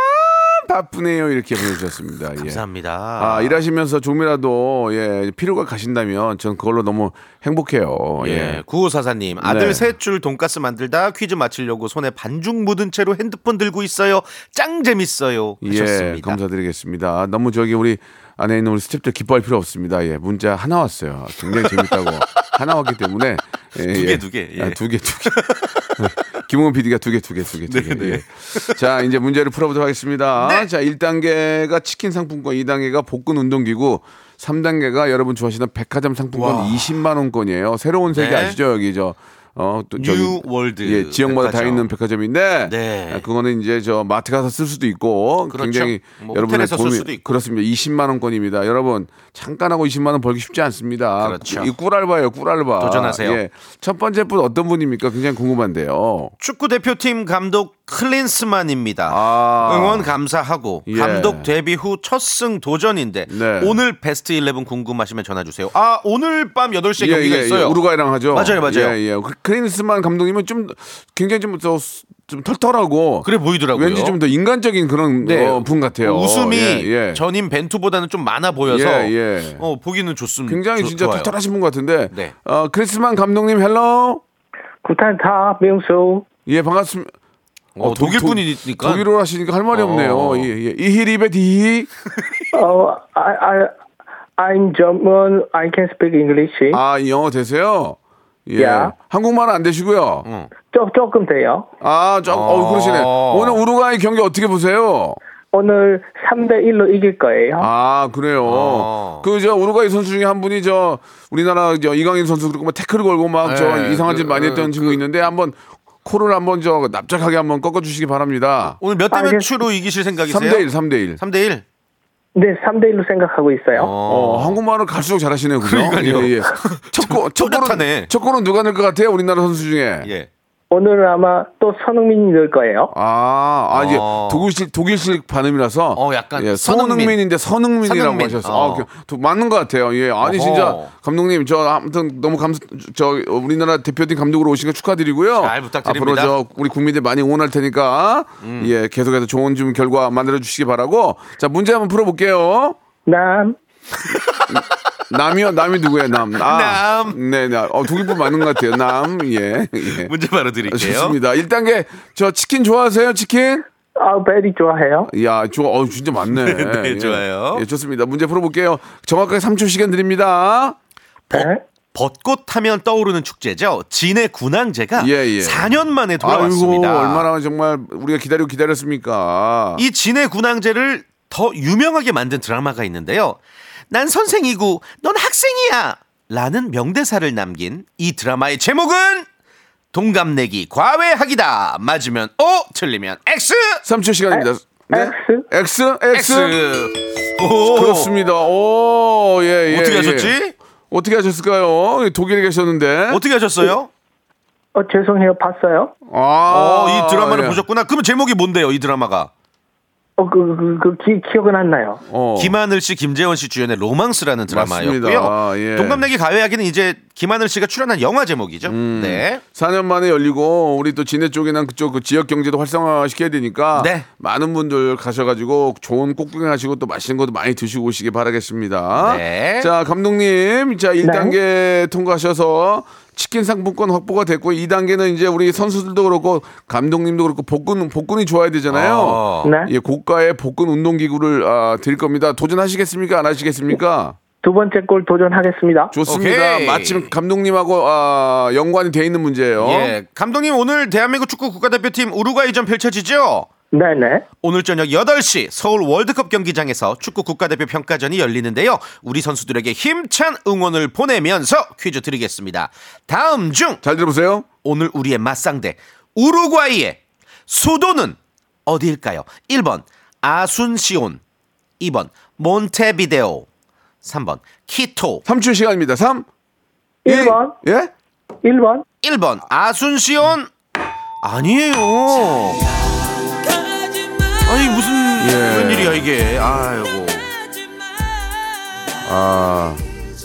[SPEAKER 1] 바쁘네요 이렇게 보내주셨습니다. 예.
[SPEAKER 6] 감사합니다.
[SPEAKER 1] 아, 일하시면서 조금이라도 예, 필요가 가신다면 전 그걸로 너무 행복해요. 예.
[SPEAKER 6] 예, 구호사사님 아들
[SPEAKER 1] 네.
[SPEAKER 6] 셋 줄 돈가스 만들다 퀴즈 맞히려고 손에 반죽 묻은 채로 핸드폰 들고 있어요. 짱 재밌어요. 하셨습니다.
[SPEAKER 1] 예, 감사드리겠습니다. 너무 저기 우리 안에 있는 우리 스탭들 기뻐할 필요 없습니다. 예, 문자 하나 왔어요. 굉장히 재밌다고 하나 왔기 때문에 예,
[SPEAKER 6] 두 개,
[SPEAKER 1] 예.
[SPEAKER 6] 두 개, 예.
[SPEAKER 1] 아, 두 개, 두 개. 김홍은 PD가 두 개, 두 개, 두 개,
[SPEAKER 6] 네,
[SPEAKER 1] 두 개. 예. 자, 이제 문제를 풀어보도록 하겠습니다. 자, 1단계가 치킨 상품권, 2단계가 복근 운동기구, 3단계가 여러분 좋아하시는 백화점 상품권 20만 원권이에요. 새로운 세계
[SPEAKER 6] 네.
[SPEAKER 1] 아시죠? 여기 저 어, 또 저기-
[SPEAKER 6] 뉴월드
[SPEAKER 1] 예, 지역마다 다
[SPEAKER 6] 그 백화점.
[SPEAKER 1] 있는 백화점인데
[SPEAKER 6] 네.
[SPEAKER 1] 아, 그거는 이제 저 마트 가서 쓸 수도 있고
[SPEAKER 6] 그렇죠.
[SPEAKER 1] 굉장히
[SPEAKER 6] 뭐
[SPEAKER 1] 여러분의
[SPEAKER 6] 호텔에서 쓸
[SPEAKER 1] 돈이
[SPEAKER 6] 수도 있고.
[SPEAKER 1] 그렇습니다. 20만 원권입니다. 여러분 잠깐 하고 20만 원 벌기 쉽지 않습니다.
[SPEAKER 6] 그렇죠.
[SPEAKER 1] 이 꿀알바예요, 꿀알바.
[SPEAKER 6] 도전하세요.
[SPEAKER 1] 예. 첫 번째 분 어떤 분입니까? 굉장히 궁금한데요.
[SPEAKER 6] 축구 대표팀 감독 클린스만입니다.
[SPEAKER 1] 아.
[SPEAKER 6] 응원 감사하고
[SPEAKER 1] 예.
[SPEAKER 6] 감독 데뷔 후 첫 승 도전인데
[SPEAKER 1] 네.
[SPEAKER 6] 오늘 베스트 11 궁금하시면 전화 주세요. 아 오늘 밤 8시에 경기가 있어요.
[SPEAKER 1] 예, 우루과이랑 하죠.
[SPEAKER 6] 맞아요, 맞아요.
[SPEAKER 1] 예, 예. 그- 크린스만 감독님은 좀 굉장히 좀, 더 수- 좀 털털하고
[SPEAKER 6] 그래 보이더라고요.
[SPEAKER 1] 왠지 좀 더 인간적인 그런
[SPEAKER 6] 네.
[SPEAKER 1] 어, 분 같아요.
[SPEAKER 6] 웃음이
[SPEAKER 1] 예, 예.
[SPEAKER 6] 전임 벤투보다는 좀 많아 보여서
[SPEAKER 1] 예, 예.
[SPEAKER 6] 어, 보기는 좋습니다.
[SPEAKER 1] 굉장히
[SPEAKER 6] 좋-
[SPEAKER 1] 진짜
[SPEAKER 6] 좋아요.
[SPEAKER 1] 털털하신 분 같은데.
[SPEAKER 6] 네.
[SPEAKER 1] 어, 크리스만 감독님 헬로.
[SPEAKER 7] 구탄타 명수
[SPEAKER 1] 예, 반갑습니다.
[SPEAKER 6] 어, 독일
[SPEAKER 1] 독-
[SPEAKER 6] 분이니까
[SPEAKER 1] 독일어 하시니까 할 말이 없네요.
[SPEAKER 6] 어.
[SPEAKER 1] 예, 예. 이히리베 디히.
[SPEAKER 7] 어, I, I, I'm German. I can speak English.
[SPEAKER 1] 아, 이 영어 되세요? 예.
[SPEAKER 7] 야.
[SPEAKER 1] 한국말은 안 되시고요.
[SPEAKER 7] 조, 조금 돼요.
[SPEAKER 1] 아, 좀, 어, 그러시네.
[SPEAKER 6] 어.
[SPEAKER 1] 오늘 우루과이 경기 어떻게 보세요?
[SPEAKER 7] 오늘 3대 1로 이길 거예요.
[SPEAKER 1] 아, 그래요.
[SPEAKER 6] 어.
[SPEAKER 1] 그, 저, 우루과이 선수 중에 한 분이 저, 우리나라 저 이강인 선수 그렇고 막 태클 걸고 막 저
[SPEAKER 6] 예,
[SPEAKER 1] 이상한 짓
[SPEAKER 6] 그,
[SPEAKER 1] 많이 했던 친구 있는데 한번 코를 한번 저 납작하게 한번 꺾어주시기 바랍니다.
[SPEAKER 6] 오늘 몇 대
[SPEAKER 7] 알겠-
[SPEAKER 6] 몇으로 이기실 생각이세요?
[SPEAKER 1] 3대1, 3대1.
[SPEAKER 6] 3대 1.
[SPEAKER 7] 네, 3대 1로 생각하고 있어요.
[SPEAKER 1] 어, 한국말을 갈수록 잘하시네요. 그죠?
[SPEAKER 6] 그러니까요. 어,
[SPEAKER 1] 예, 예. 첫 골, 첫
[SPEAKER 6] 뚜렷하네.
[SPEAKER 1] 골은, 첫 골은 누가 넣을 것 같아요? 우리나라 선수 중에.
[SPEAKER 6] 예.
[SPEAKER 7] 오늘은 아마 또 선흥민이 늘 거예요.
[SPEAKER 1] 아, 아, 이제
[SPEAKER 6] 어.
[SPEAKER 1] 독일식, 독일식 발음이라서.
[SPEAKER 6] 어, 약간
[SPEAKER 1] 예,
[SPEAKER 6] 선흥민.
[SPEAKER 1] 손흥민인데 선흥민이라고
[SPEAKER 6] 선흥민.
[SPEAKER 1] 하셨어.
[SPEAKER 6] 어.
[SPEAKER 1] 아, 그, 또 맞는 것 같아요. 예. 아니,
[SPEAKER 6] 어허.
[SPEAKER 1] 진짜, 감독님, 저, 아무튼 너무 감, 저, 우리나라 대표팀 감독으로 오신 거 축하드리고요.
[SPEAKER 6] 잘 부탁드립니다. 음.
[SPEAKER 1] 앞으로 저, 우리 국민들 많이 응원할 테니까, 예, 계속해서 좋은 좀 결과 만들어주시기 바라고. 자, 문제 한번 풀어볼게요.
[SPEAKER 7] 난
[SPEAKER 1] 남이요? 남이 누구예요? 남. 아,
[SPEAKER 6] 남.
[SPEAKER 1] 네, 네. 어, 독일분 맞는 것 같아요. 남. 예. 예.
[SPEAKER 6] 문제 바로 드릴게요.
[SPEAKER 1] 좋습니다. 1단계. 저 치킨 좋아하세요? 치킨?
[SPEAKER 7] 아, 베리 좋아해요.
[SPEAKER 1] 야, 좋아. 어, 진짜 많네.
[SPEAKER 6] 네,
[SPEAKER 1] 예.
[SPEAKER 6] 좋아요.
[SPEAKER 1] 예, 좋습니다. 문제 풀어볼게요. 정확하게 3초 시간 드립니다.
[SPEAKER 7] 네.
[SPEAKER 6] 벚꽃 하면 떠오르는 축제죠. 진해 군항제가
[SPEAKER 1] 예, 예.
[SPEAKER 6] 4년 만에
[SPEAKER 1] 아이고,
[SPEAKER 6] 돌아왔습니다.
[SPEAKER 1] 얼마나 정말 우리가 기다리고 기다렸습니까?
[SPEAKER 6] 이 진해 군항제를 더 유명하게 만든 드라마가 있는데요. 난 선생이고 넌 학생이야. 라는 명대사를 남긴 이 드라마의 제목은 동갑내기 과외하기다. 맞으면 O, 틀리면 X.
[SPEAKER 1] 3초 시간입니다. 네? X?
[SPEAKER 6] X.
[SPEAKER 1] X?
[SPEAKER 6] 오.
[SPEAKER 1] 그렇습니다. 오, 예, 예.
[SPEAKER 6] 어떻게
[SPEAKER 1] 예.
[SPEAKER 6] 하셨지?
[SPEAKER 1] 어떻게 하셨을까요? 독일에 계셨는데.
[SPEAKER 6] 어떻게 하셨어요?
[SPEAKER 7] 어, 죄송해요. 봤어요?
[SPEAKER 1] 아,
[SPEAKER 6] 어, 이 드라마를
[SPEAKER 1] 예.
[SPEAKER 6] 보셨구나. 그러면 제목이 뭔데요, 이 드라마가?
[SPEAKER 7] 어, 어, 그, 그, 그, 기, 기억은 안 나요.
[SPEAKER 1] 어.
[SPEAKER 6] 김하늘 씨, 김재원 씨 주연의 로망스라는 드라마였고요.
[SPEAKER 1] 맞습니다. 예.
[SPEAKER 6] 동갑내기 가요야기는 이제 김하늘 씨가 출연한 영화 제목이죠.
[SPEAKER 1] 음.
[SPEAKER 6] 네.
[SPEAKER 1] 4년 만에 열리고 우리 또 진해 쪽이나 그쪽 그 지역 경제도 활성화 시켜야 되니까
[SPEAKER 6] 네.
[SPEAKER 1] 많은 분들 가셔가지고 좋은 꽃구경 하시고 또 맛있는 것도 많이 드시고 오시기 바라겠습니다.
[SPEAKER 6] 네.
[SPEAKER 1] 자 감독님, 자 1단계 통과하셔서 치킨 상품권 확보가 됐고 2단계는 이제 우리 선수들도 그렇고 감독님도 그렇고 복근 복근이 좋아야 되잖아요.
[SPEAKER 6] 어.
[SPEAKER 7] 네.
[SPEAKER 1] 예, 고가의 복근 운동기구를 아, 드릴 겁니다. 도전하시겠습니까? 안 하시겠습니까?
[SPEAKER 7] 두 번째 골 도전하겠습니다.
[SPEAKER 1] 좋습니다.
[SPEAKER 6] 오케이.
[SPEAKER 1] 마침 감독님하고 아, 연관이 돼 있는 문제예요.
[SPEAKER 6] 예. 감독님 오늘 대한민국 축구 국가대표팀 우루과이전 펼쳐지죠?
[SPEAKER 7] 네네.
[SPEAKER 6] 오늘 저녁 8시 서울 월드컵 경기장에서 축구 국가대표 평가전이 열리는데요. 우리 선수들에게 힘찬 응원을 보내면서 퀴즈 드리겠습니다. 다음 중
[SPEAKER 1] 잘 들어보세요.
[SPEAKER 6] 오늘 우리의 맞상대 우루과이의 수도는 어디일까요? 1번 아순시온 2번 몬테비데오 3번 키토
[SPEAKER 1] 3초 시간입니다. 3,
[SPEAKER 7] 1번,
[SPEAKER 1] 예?
[SPEAKER 7] 1번.
[SPEAKER 6] 1번 아순시온 아니에요 아니 무슨
[SPEAKER 1] 예.
[SPEAKER 6] 웬일이야 이게 아이고
[SPEAKER 1] 아.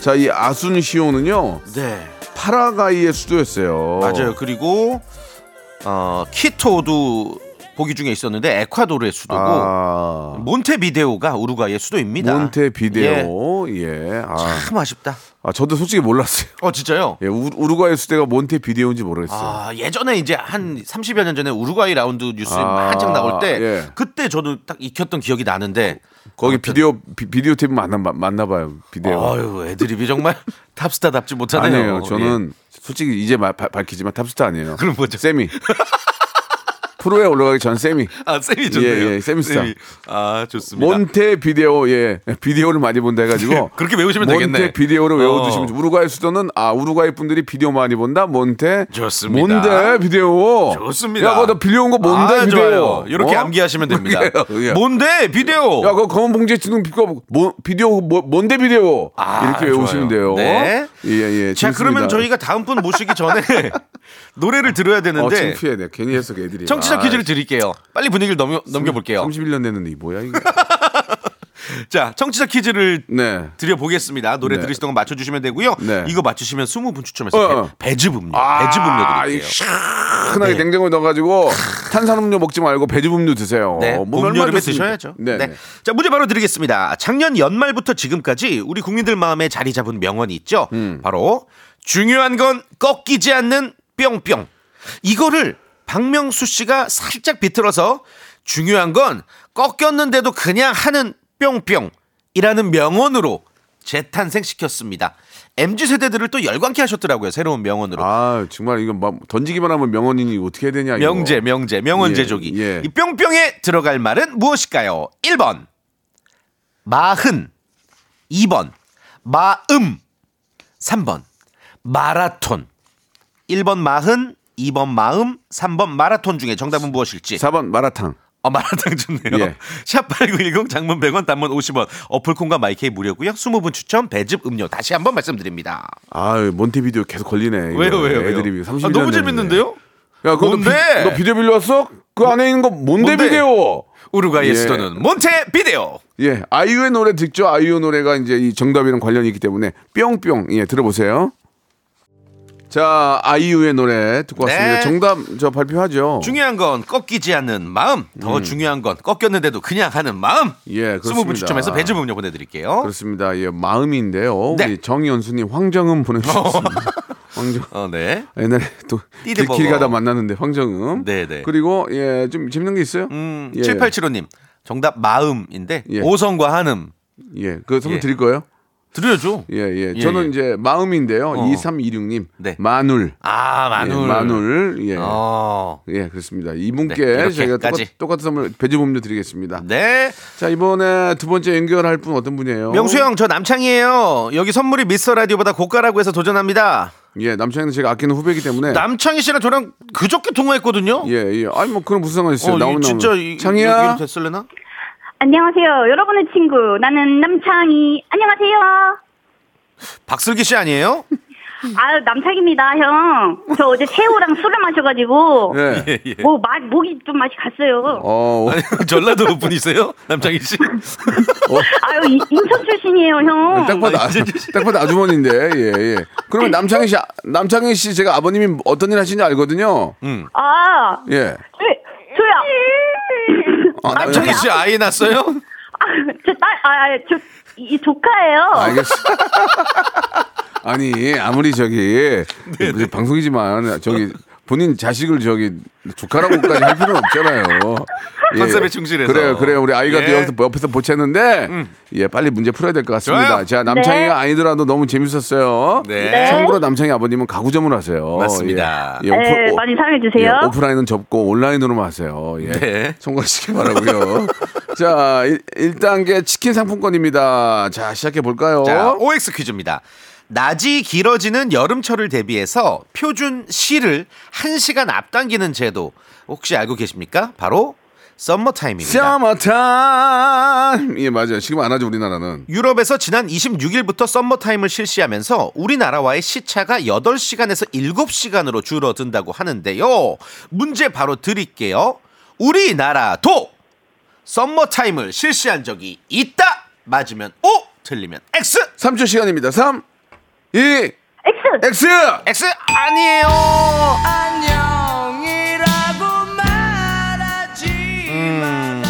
[SPEAKER 1] 자, 이 아순시오는요,
[SPEAKER 6] 네
[SPEAKER 1] 파라가이의 수도였어요.
[SPEAKER 6] 맞아요 그리고 어, 키토도 보기 중에 있었는데 에콰도르의 수도고
[SPEAKER 1] 아.
[SPEAKER 6] 몬테비데오가 우루과이의 수도입니다
[SPEAKER 1] 몬테비데오. 예. 아.
[SPEAKER 6] 참 아쉽다.
[SPEAKER 1] 아, 저도 솔직히 몰랐어요.
[SPEAKER 6] 어 진짜요?
[SPEAKER 1] 예, 우- 우루과이 수대가 몬테비데오인지 모르겠어요.
[SPEAKER 6] 아 예전에 이제 한 30여 년 전에 우루과이 라운드 뉴스
[SPEAKER 1] 아,
[SPEAKER 6] 한창 나올 때
[SPEAKER 1] 예.
[SPEAKER 6] 그때 저도 딱 익혔던 기억이 나는데
[SPEAKER 1] 거기
[SPEAKER 6] 아무튼,
[SPEAKER 1] 비디오 비, 비디오 탭 맞나 맞나 봐요. 비디오.
[SPEAKER 6] 아유 예. 애드립이 정말 탑스타답지 못하네요.
[SPEAKER 1] 아니에요. 저는 솔직히 이제 말- 바- 밝히지만 탑스타 아니에요.
[SPEAKER 6] 그럼 뭐죠?
[SPEAKER 1] 세미. 프로에 올라가기 전 세미.
[SPEAKER 6] 예. 아 쌤이 좋네요.
[SPEAKER 1] 예, 예, 쌤이 스타.
[SPEAKER 6] 쌤이. 아 좋습니다.
[SPEAKER 1] 몬테 비디오 예 비디오를 많이 본다 해가지고
[SPEAKER 6] 그렇게 외우시면
[SPEAKER 1] 몬테
[SPEAKER 6] 되겠네.
[SPEAKER 1] 비디오를
[SPEAKER 6] 어.
[SPEAKER 1] 외워두시면 우루과이 수도는 아 우루과이 분들이 비디오 많이 본다 몬테
[SPEAKER 6] 좋습니다.
[SPEAKER 1] 몬데 비디오
[SPEAKER 6] 좋습니다.
[SPEAKER 1] 야 그거 나 빌려온 거 뭔데
[SPEAKER 6] 아,
[SPEAKER 1] 비디오
[SPEAKER 6] 좋아요. 이렇게
[SPEAKER 1] 어?
[SPEAKER 6] 암기하시면 됩니다.
[SPEAKER 1] 그게요, 예.
[SPEAKER 6] 뭔데 비디오?
[SPEAKER 1] 야, 그 검은 봉지에 찍는 비디오, 뭐, 비디오 뭐, 뭔데 비디오?
[SPEAKER 6] 아,
[SPEAKER 1] 이렇게 외우시면 돼요.
[SPEAKER 6] 좋아요. 네.
[SPEAKER 1] 예, 예.
[SPEAKER 6] 자
[SPEAKER 1] 재밌습니다.
[SPEAKER 6] 그러면 저희가 다음 분 모시기 전에 노래를 들어야
[SPEAKER 1] 어, 아, 예.
[SPEAKER 6] 되는데
[SPEAKER 1] 창피해. 내 괜히 해서 애들이.
[SPEAKER 6] 청취자 퀴즈를 드릴게요. 빨리 분위기를 넘겨,
[SPEAKER 1] 음,
[SPEAKER 6] 넘겨볼게요.
[SPEAKER 1] 31년 됐는데 이 뭐야 이게?
[SPEAKER 6] 자, 청취자 퀴즈를
[SPEAKER 1] 네.
[SPEAKER 6] 드려보겠습니다. 노래
[SPEAKER 1] 네.
[SPEAKER 6] 들으시던거 맞춰주시면 되고요.
[SPEAKER 1] 네.
[SPEAKER 6] 이거 맞추시면 20분 추첨해서
[SPEAKER 1] 어, 어.
[SPEAKER 6] 배- 배즙음료, 배즙음료
[SPEAKER 1] 이
[SPEAKER 6] 드릴게요.
[SPEAKER 1] 시원하게
[SPEAKER 6] 네.
[SPEAKER 1] 냉장고에 넣어가지고 탄산음료 먹지 말고 배즙음료 드세요.
[SPEAKER 6] 네,
[SPEAKER 1] 어, 몸
[SPEAKER 6] 봄,
[SPEAKER 1] 얼마나
[SPEAKER 6] 여름에
[SPEAKER 1] 좋습니까?
[SPEAKER 6] 드셔야죠.
[SPEAKER 1] 네.
[SPEAKER 6] 네.
[SPEAKER 1] 네.
[SPEAKER 6] 자, 문제 바로 드리겠습니다. 작년 연말부터 지금까지 우리 국민들 마음에 자리 잡은 명언이 있죠.
[SPEAKER 1] 음.
[SPEAKER 6] 바로 중요한 건 꺾이지 않는 뿅뿅. 이거를 박명수 씨가 살짝 비틀어서 중요한 건 꺾였는데도 그냥 하는 뿅뿅이라는 명언으로 재탄생시켰습니다. MZ 세대들을 또 열광케 하셨더라고요. 새로운 명언으로.
[SPEAKER 1] 아 정말 이거 막 던지기만 하면 명언이니 어떻게 해야 되냐. 이거.
[SPEAKER 6] 명제, 명제,
[SPEAKER 1] 예,
[SPEAKER 6] 명언 제조기.
[SPEAKER 1] 예.
[SPEAKER 6] 이 뿅뿅에 들어갈 말은 무엇일까요? 1번. 마흔. 2번. 마음. 3번. 마라톤. 1번 마흔, 2번 마음, 3번 마라톤 중에 정답은 무엇일지.
[SPEAKER 1] 4번 마라탕.
[SPEAKER 6] 어, 마라탕 좋네요.
[SPEAKER 1] 예.
[SPEAKER 6] 샵8910 장문 100원 단문 50원. 어플콘과 마이케이 무료고요. 20분 추첨 배즙 음료 다시 한번 말씀드립니다.
[SPEAKER 1] 아유 몬테비디오 계속 걸리네. 이거.
[SPEAKER 6] 왜요, 왜요? 왜요?
[SPEAKER 1] 애드립이 31년.
[SPEAKER 6] 아, 너무
[SPEAKER 1] 됐는데.
[SPEAKER 6] 재밌는데요?
[SPEAKER 1] 야, 그거 너, 비,
[SPEAKER 6] 뭔데?
[SPEAKER 1] 너 비디오 빌려 왔어? 그 안에 있는 거 뭔데,
[SPEAKER 6] 뭔데?
[SPEAKER 1] 비디오?
[SPEAKER 6] 우루과이의
[SPEAKER 1] 예.
[SPEAKER 6] 수도는 몬테비데오.
[SPEAKER 1] 예, 아이유의 노래 듣죠. 아이유 노래가 이제 이 정답이랑 관련이 있기 때문에 뿅뿅 예 들어보세요. 자, 아이유의 노래 듣고
[SPEAKER 6] 네.
[SPEAKER 1] 왔습니다. 정답 저 발표하죠.
[SPEAKER 6] 어. 중요한 건 꺾이지 않는 마음. 더 중요한 건 꺾였는데도 그냥 하는 마음.
[SPEAKER 1] 예,
[SPEAKER 6] 스무 분
[SPEAKER 1] 그렇습니다.
[SPEAKER 6] 추첨해서 배즙 음료 보내드릴게요.
[SPEAKER 1] 그렇습니다. 예, 마음인데요.
[SPEAKER 6] 네.
[SPEAKER 1] 우리 정연수님 황정음 보내주셨습니다. 황정
[SPEAKER 6] 어, 네.
[SPEAKER 1] 옛날에 또 길,
[SPEAKER 6] 띠드버거.
[SPEAKER 1] 길 가다 만났는데 황정음.
[SPEAKER 6] 네네.
[SPEAKER 1] 그리고 예, 좀 재밌는 게 있어요.
[SPEAKER 6] 음,
[SPEAKER 1] 예,
[SPEAKER 6] 7875님. 정답 마음인데
[SPEAKER 1] 예.
[SPEAKER 6] 오성과 한음.
[SPEAKER 1] 예, 그거 선물
[SPEAKER 6] 예.
[SPEAKER 1] 드릴 거예요.
[SPEAKER 6] 들려줘.
[SPEAKER 1] 예, 예.
[SPEAKER 6] 예,
[SPEAKER 1] 저는
[SPEAKER 6] 예.
[SPEAKER 1] 이제 마음인데요.
[SPEAKER 6] 어.
[SPEAKER 1] 2326님.
[SPEAKER 6] 네.
[SPEAKER 1] 마눌.
[SPEAKER 6] 아, 마눌.
[SPEAKER 1] 예, 마눌. 예.
[SPEAKER 6] 어.
[SPEAKER 1] 예, 그렇습니다. 이분께
[SPEAKER 6] 네, 이렇게까지.
[SPEAKER 1] 저희가 똑같, 똑같은 선물 배지범료 드리겠습니다.
[SPEAKER 6] 네.
[SPEAKER 1] 자, 이번에 두 번째 연결할 분 어떤 분이에요?
[SPEAKER 6] 명수 형, 저 남창이에요. 여기 선물이 미스터 라디오보다 고가라고 해서 도전합니다.
[SPEAKER 1] 예, 남창이는 제가 아끼는 후배이기 때문에.
[SPEAKER 6] 남창이 씨랑 저랑 그저께 통화했거든요.
[SPEAKER 1] 예, 예. 아니, 뭐, 그럼 무슨 상관이 있어요?
[SPEAKER 6] 어,
[SPEAKER 1] 나오면.
[SPEAKER 6] 이 진짜
[SPEAKER 1] 나오면.
[SPEAKER 6] 이,
[SPEAKER 1] 창이야?
[SPEAKER 6] 이렇게 됐을래나?
[SPEAKER 8] 안녕하세요. 여러분의 친구 나는 남창희. 안녕하세요.
[SPEAKER 6] 박슬기 씨 아니에요?
[SPEAKER 8] 아 남창입니다, 형. 저 어제 새우랑 술을 마셔가지고
[SPEAKER 1] 예.
[SPEAKER 6] 예, 예.
[SPEAKER 8] 뭐 마, 목이 좀 맛이 갔어요.
[SPEAKER 1] 어,
[SPEAKER 6] 아니, 전라도 분이세요? 남창희 씨?
[SPEAKER 8] 아유 이- 인천 출신이에요, 형.
[SPEAKER 1] 딱 봐도, 아, 딱 봐도 아주머니인데, 예, 예. 그러면 남창희 씨, 남창희 씨 제가 아버님이 어떤 일 하시는지 알거든요.
[SPEAKER 6] 음.
[SPEAKER 8] 아,
[SPEAKER 1] 예.
[SPEAKER 8] 왜 저야?
[SPEAKER 1] 아, 나-
[SPEAKER 6] 남창희 씨 아이 낳았어요?
[SPEAKER 8] 아, 저딸아저이 조카예요.
[SPEAKER 1] 알겠어. 아니 아무리 저기
[SPEAKER 6] 네,
[SPEAKER 1] 이제 방송이지만 저기 본인 자식을 저기 조카라고까지 할 필요는 없잖아요. 예.
[SPEAKER 6] 컨셉에 충실해서.
[SPEAKER 1] 그래요, 그래요. 우리 아이가
[SPEAKER 6] 예. 음.
[SPEAKER 1] 또 옆에서, 옆에서 보채는데 예 빨리 문제 풀어야 될 것 같습니다.
[SPEAKER 6] 좋아요.
[SPEAKER 1] 자 남창이가
[SPEAKER 8] 네.
[SPEAKER 1] 아니더라도 너무 재밌었어요.
[SPEAKER 6] 네.
[SPEAKER 8] 네.
[SPEAKER 1] 참고로 남창이 아버님은 가구점을 하세요.
[SPEAKER 6] 맞습니다.
[SPEAKER 1] 예. 예,
[SPEAKER 8] 네,
[SPEAKER 1] 오프-
[SPEAKER 8] 많이 사랑해 주세요.
[SPEAKER 1] 예, 오프라인은 접고 온라인으로만 하세요. 예.
[SPEAKER 6] 네.
[SPEAKER 1] 성공하시길 바라고요. 자, 1, 단계 치킨 상품권입니다. 자, 시작해 볼까요?
[SPEAKER 6] 자, OX 퀴즈입니다. 낮이 길어지는 여름철을 대비해서 표준 시를 1시간 앞당기는 제도 혹시 알고 계십니까? 바로 썸머타임입니다.
[SPEAKER 1] Summertime. 예, 맞아요. 지금 안 하죠, 우리나라는.
[SPEAKER 6] 유럽에서 지난 26일부터 썸머타임을 실시하면서 우리나라와의 시차가 8시간에서 7시간으로 줄어든다고 하는데요. 문제 바로 드릴게요. 우리나라도 썸머타임을 실시한 적이 있다. 맞으면 O, 틀리면 X.
[SPEAKER 1] 3초 시간입니다. 3, 2,
[SPEAKER 8] 엑스.
[SPEAKER 1] X!
[SPEAKER 6] X 아니에요. 음.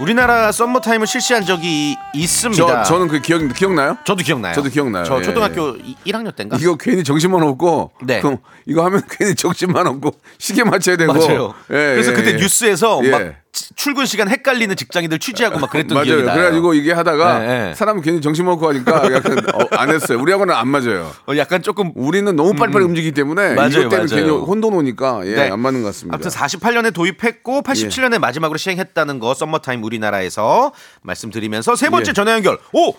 [SPEAKER 6] 우리나라 썸머타임을 실시한 적이 있습니다.
[SPEAKER 1] 저, 저는 그 기억, 기억나요?
[SPEAKER 6] 저도 기억나요.
[SPEAKER 1] 저도 기억나요.
[SPEAKER 6] 저
[SPEAKER 1] 예,
[SPEAKER 6] 초등학교 1학년 때인가?
[SPEAKER 1] 이거 괜히 정신만 없고,
[SPEAKER 6] 네.
[SPEAKER 1] 그럼 이거 하면 괜히 정신만 없고, 시계 맞춰야 되고.
[SPEAKER 6] 맞아요.
[SPEAKER 1] 예,
[SPEAKER 6] 그래서
[SPEAKER 1] 예,
[SPEAKER 6] 그때
[SPEAKER 1] 예.
[SPEAKER 6] 뉴스에서
[SPEAKER 1] 예.
[SPEAKER 6] 막 치- 출근 시간 헷갈리는 직장인들 취재하고 막 그랬던
[SPEAKER 1] 맞아요.
[SPEAKER 6] 기억이 나요.
[SPEAKER 1] 그래가지고 이게 하다가
[SPEAKER 6] 예, 예.
[SPEAKER 1] 사람 괜히 정신 먹고 하니까 약간 어, 안 했어요. 우리하고는 안 맞아요.
[SPEAKER 6] 어, 약간 조금
[SPEAKER 1] 우리는 너무 빨리빨리 움직이기 때문에
[SPEAKER 6] 음. 맞아요,
[SPEAKER 1] 이것 때문에
[SPEAKER 6] 맞아요.
[SPEAKER 1] 괜히 혼돈 오니까 예,
[SPEAKER 6] 네.
[SPEAKER 1] 안 맞는 것 같습니다.
[SPEAKER 6] 아무튼 48년에
[SPEAKER 1] 예.
[SPEAKER 6] 도입했고 87년에 마지막으로 시행했다는 거 썸머타임 우리나라에서 말씀드리면서 세 번째
[SPEAKER 1] 예.
[SPEAKER 6] 전화 연결. 오!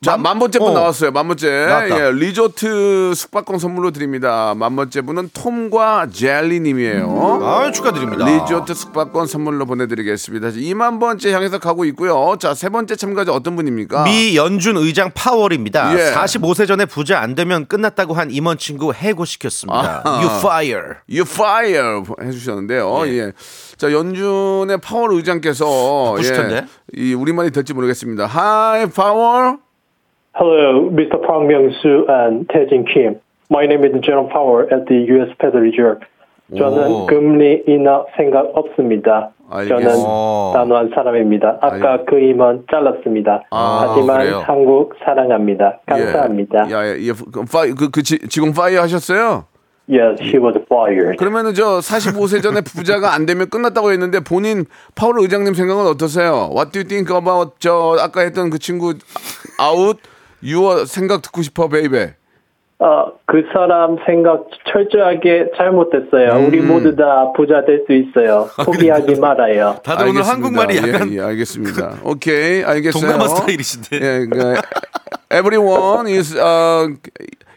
[SPEAKER 1] 자, 만 번째 분
[SPEAKER 6] 어.
[SPEAKER 1] 나왔어요. 만 번째.
[SPEAKER 6] 나왔다.
[SPEAKER 1] 예, 리조트 숙박권 선물로 드립니다. 만 번째 분은 톰과 젤리 님이에요.
[SPEAKER 6] 아, 축하드립니다.
[SPEAKER 1] 리조트 숙박권 선물로 보내드리겠습니다. 2만 번째 향해서 가고 있고요. 자, 세 번째 참가자 어떤 분입니까?
[SPEAKER 6] 미 연준 의장 파월입니다.
[SPEAKER 1] 예.
[SPEAKER 6] 45세 전에 부자 안 되면 끝났다고 한 임원 친구 해고시켰습니다.
[SPEAKER 1] 아하.
[SPEAKER 6] You fire.
[SPEAKER 1] You fire 해주셨는데요. 예. 자 연준의 파월 의장께서 예,
[SPEAKER 6] 바쁘실 텐데?
[SPEAKER 1] 이 우리말이 될지 모르겠습니다. Hi, 파월.
[SPEAKER 7] Hello, Mr. Park Myung-soo and Taejin Kim. My name is John Power at the U.S. Federal Reserve. 저는
[SPEAKER 6] 오.
[SPEAKER 7] 금리 인하 생각 없습니다. 저는
[SPEAKER 1] 알겠습니다.
[SPEAKER 6] 어.
[SPEAKER 7] 단호한 사람입니다. 아까 그 임원 잘랐습니다.
[SPEAKER 1] 아,
[SPEAKER 7] 하지만
[SPEAKER 1] 그래요?
[SPEAKER 7] 한국 사랑합니다. 감사합니다.
[SPEAKER 1] 예, 야, 예, 그, 파이, 그, 그 지, 지금 파이어 하셨어요?
[SPEAKER 7] Yes, he was fired.
[SPEAKER 1] 그러면은 저 45세 전에 부자가 안 되면 끝났다고 했는데 본인 파월 의장님 생각은 어떠세요? What do you think about 저 아까 했던 그 친구 아웃? 유어 생각 듣고 싶어, 베이베.
[SPEAKER 7] 어, 그 사람 생각 철저하게 잘못됐어요. 우리 모두 다 부자 될 수 있어요. 포기하지 말아요.
[SPEAKER 6] 다들 오늘 한국말이 약간 그
[SPEAKER 1] 예, 예, 알겠습니다. 오케이, 알겠어요.
[SPEAKER 6] 동남아 스타일이신데.
[SPEAKER 1] 예, 그러니까 everyone is uh,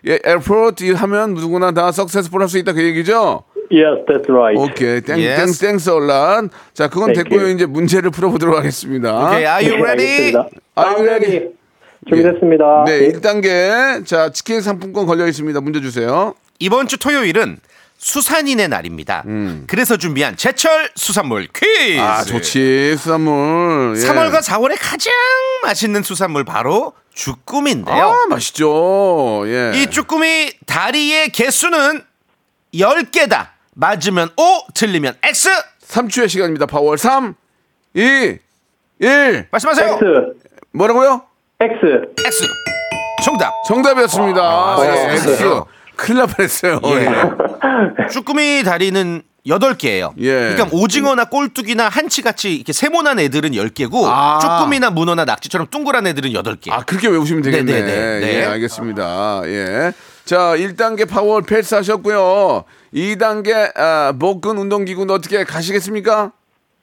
[SPEAKER 1] 예, effort 하면 누구나 다 successful 할 수 있다 그 얘기죠.
[SPEAKER 7] Yes, that's right.
[SPEAKER 1] 오케이, 땡,
[SPEAKER 6] 예. Yes.
[SPEAKER 1] 땡, 땡스 올란. 자, 그건
[SPEAKER 7] Thank
[SPEAKER 1] 됐고요.
[SPEAKER 7] you.
[SPEAKER 1] 이제 문제를 풀어보도록 하겠습니다.
[SPEAKER 6] Okay, are you
[SPEAKER 7] 네,
[SPEAKER 6] ready?
[SPEAKER 7] 알겠습니다.
[SPEAKER 1] Are you
[SPEAKER 7] I'm
[SPEAKER 1] ready?
[SPEAKER 7] ready. 아, 준비됐습니다.
[SPEAKER 1] 네,
[SPEAKER 7] 예.
[SPEAKER 1] 1단계. 자, 치킨 상품권 걸려 있습니다. 문제 주세요.
[SPEAKER 6] 이번 주 토요일은 수산인의 날입니다. 그래서 준비한 제철 수산물 퀴즈.
[SPEAKER 1] 아, 좋지. 수산물. 예.
[SPEAKER 6] 3월과 4월에 가장 맛있는 수산물 바로
[SPEAKER 1] 아,
[SPEAKER 6] 주꾸미인데요.
[SPEAKER 1] 맛있죠. 예.
[SPEAKER 6] 이 주꾸미 다리의 개수는 10개다. 맞으면 O, 틀리면 X.
[SPEAKER 1] 3초의 시간입니다. 파월 3, 2, 1.
[SPEAKER 6] 말씀하세요.
[SPEAKER 7] X,
[SPEAKER 1] 뭐라고요?
[SPEAKER 7] X.
[SPEAKER 6] X. 정답.
[SPEAKER 1] 정답이었습니다. 예,
[SPEAKER 6] 아, 맞았어요. 예.
[SPEAKER 1] 엑스. 큰일 날 뻔했어요. 예.
[SPEAKER 6] 주꾸미 다리는 8개예요.
[SPEAKER 1] 예.
[SPEAKER 6] 그러니까 오징어나 꼴뚜기나 한치같이 이렇게 세모난 애들은 10개고
[SPEAKER 1] 아.
[SPEAKER 6] 주꾸미나 문어나 낙지처럼 둥그란 애들은 8개.
[SPEAKER 1] 아, 그렇게 외우시면 되겠네.
[SPEAKER 6] 네네네. 네.
[SPEAKER 1] 예, 알겠습니다. 예. 자, 1단계 파월 패스 하셨고요. 2단계 아, 복근 운동기구는 어떻게 가시겠습니까?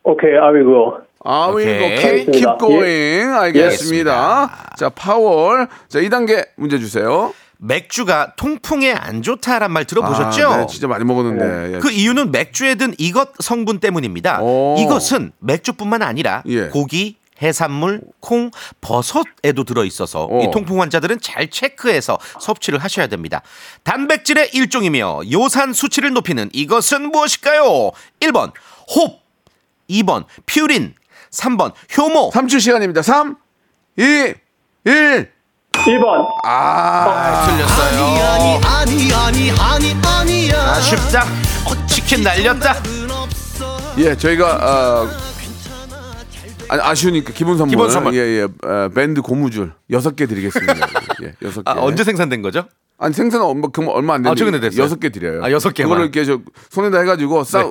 [SPEAKER 7] 오케이, I will go.
[SPEAKER 1] 아, we
[SPEAKER 6] 오케이.
[SPEAKER 1] go. keep, keep
[SPEAKER 7] 알겠습니다. 예.
[SPEAKER 1] going. 알겠습니다. 자, 파월. 자, 2단계 문제 주세요.
[SPEAKER 6] 맥주가 통풍에 안 좋다란 말 들어보셨죠?
[SPEAKER 1] 아, 네, 진짜 많이 먹었는데. 예.
[SPEAKER 6] 그 이유는 맥주에 든 이것 성분 때문입니다.
[SPEAKER 1] 오.
[SPEAKER 6] 이것은 맥주뿐만 아니라
[SPEAKER 1] 예.
[SPEAKER 6] 고기, 해산물, 콩, 버섯에도 들어있어서 이 통풍 환자들은 잘 체크해서 섭취를 하셔야 됩니다. 단백질의 일종이며 요산 수치를 높이는 이것은 무엇일까요? 1번 홉, 2번 퓨린, 3번 효모.
[SPEAKER 1] 3초 시간입니다. 3, 2, 1.
[SPEAKER 7] 1번.
[SPEAKER 1] 아,
[SPEAKER 6] 틀렸어요.
[SPEAKER 3] 아니 아니 아니 아니야
[SPEAKER 6] 아쉽다. 치킨 날렸다.
[SPEAKER 1] 예, 저희가 아, 아, 아쉬우니까 기본 선물.
[SPEAKER 6] 기본 선물.
[SPEAKER 1] 예, 예. 아, 밴드 고무줄 여섯 개 드리겠습니다. 예, 여섯 개.
[SPEAKER 6] 아, 언제 생산된 거죠?
[SPEAKER 1] 아니 생선 얼마 금 얼마 안
[SPEAKER 6] 아,
[SPEAKER 1] 됐는데
[SPEAKER 6] 최근에 됐어요?
[SPEAKER 1] 여섯 개 드려요.
[SPEAKER 6] 아, 여섯 개만.
[SPEAKER 1] 그거를
[SPEAKER 6] 네.
[SPEAKER 1] 이렇게 저 손에다 해가지고 싸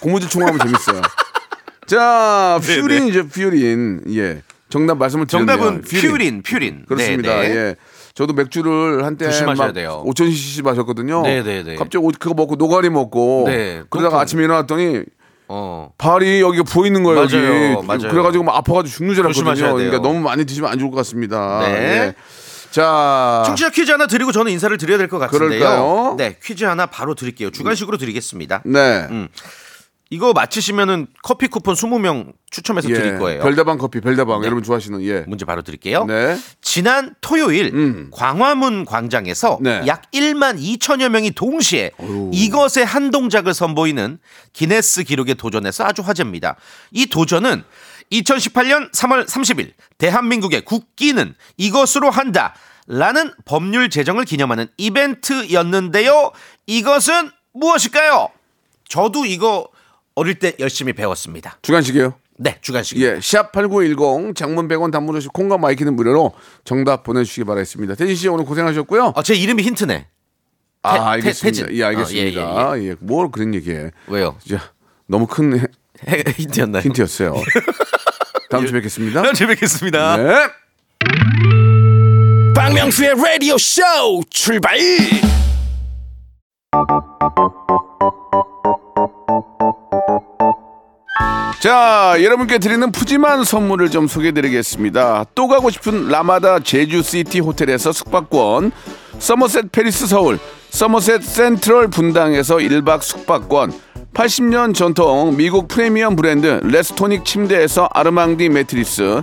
[SPEAKER 1] 고무줄 총하면 재밌어요. 자
[SPEAKER 6] 네,
[SPEAKER 1] 퓨린이죠 퓨린 예 정답 말씀을 드렸네요.
[SPEAKER 6] 정답은 퓨린, 퓨린.
[SPEAKER 1] 그렇습니다.
[SPEAKER 6] 네, 네.
[SPEAKER 1] 예. 저도 맥주를 한때
[SPEAKER 6] 조심하셔야
[SPEAKER 1] 막
[SPEAKER 6] 돼요.
[SPEAKER 1] 5,000cc 마셨거든요.
[SPEAKER 6] 네, 네, 네.
[SPEAKER 1] 갑자기 옷 그거 먹고 노가리 먹고
[SPEAKER 6] 네,
[SPEAKER 1] 그러다가
[SPEAKER 6] 통통.
[SPEAKER 1] 아침에 일어났더니
[SPEAKER 6] 어.
[SPEAKER 1] 발이 여기가 부어있는 거예요.
[SPEAKER 6] 맞아요,
[SPEAKER 1] 여기.
[SPEAKER 6] 맞아요.
[SPEAKER 1] 그래가지고 막 아파가지고 죽는 줄 알았거든요.
[SPEAKER 6] 조심하셔야 돼요.
[SPEAKER 1] 그러니까 너무 많이 드시면 안 좋을 것 같습니다.
[SPEAKER 6] 네.
[SPEAKER 1] 예. 자
[SPEAKER 6] 청취자 퀴즈 하나 드리고 저는 인사를 드려야 될 것 같은데요.
[SPEAKER 1] 아. 그럴까요?
[SPEAKER 6] 네, 퀴즈 하나 바로 드릴게요. 주간식으로 드리겠습니다.
[SPEAKER 1] 네.
[SPEAKER 6] 이거 맞히시면은 커피 쿠폰 20명 추첨해서
[SPEAKER 1] 예,
[SPEAKER 6] 드릴 거예요. 네. 뭐?
[SPEAKER 1] 별다방 커피, 별다방 여러분 좋아하시는 예.
[SPEAKER 6] 문제 바로 드릴게요.
[SPEAKER 1] 네.
[SPEAKER 6] 지난 토요일
[SPEAKER 1] 음.
[SPEAKER 6] 광화문 광장에서
[SPEAKER 1] 네.
[SPEAKER 6] 약 1만 2천여 명이 동시에 이것의 한 동작을 선보이는 기네스 기록에 도전해서 아주 화제입니다. 이 도전은 2018년 3월 30일 대한민국의 국기는 이것으로 한다 라는 법률 제정을 기념하는 이벤트였는데요. 이것은 무엇일까요? 저도 이거 어릴 때 열심히 배웠습니다.
[SPEAKER 1] 주간식이에요.
[SPEAKER 6] 네, 주간식.
[SPEAKER 1] 예. 샵8910 장문 100원 단문 50 콩과 마이키는 무료로 정답 보내 주시기 바라겠습니다. 태진 씨 오늘 고생하셨고요.
[SPEAKER 6] 아, 제 이름이 힌트네.
[SPEAKER 1] 아,
[SPEAKER 6] 태-
[SPEAKER 1] 알겠습니다.
[SPEAKER 6] 태진.
[SPEAKER 1] 예, 알겠습니다.
[SPEAKER 6] 어,
[SPEAKER 1] 예, 뭘 그런 얘기해.
[SPEAKER 6] 왜요?
[SPEAKER 1] 자, 너무 큰 해-
[SPEAKER 6] 예, 힌트였나요?
[SPEAKER 1] 힌트였어요. 다음 주에 뵙겠습니다.
[SPEAKER 6] 다음 주에 뵙겠습니다.
[SPEAKER 1] 네.
[SPEAKER 4] 박명수의 라디오 쇼 출발
[SPEAKER 1] 자, 여러분께 드리는 푸짐한 선물을 좀 소개드리겠습니다. 또 가고 싶은 라마다 제주시티 호텔에서 숙박권, 서머셋 페리스 서울, 서머셋 센트럴 분당에서 1박 숙박권, 80년 전통 미국 프리미엄 브랜드 레스토닉 침대에서 아르망디 매트리스,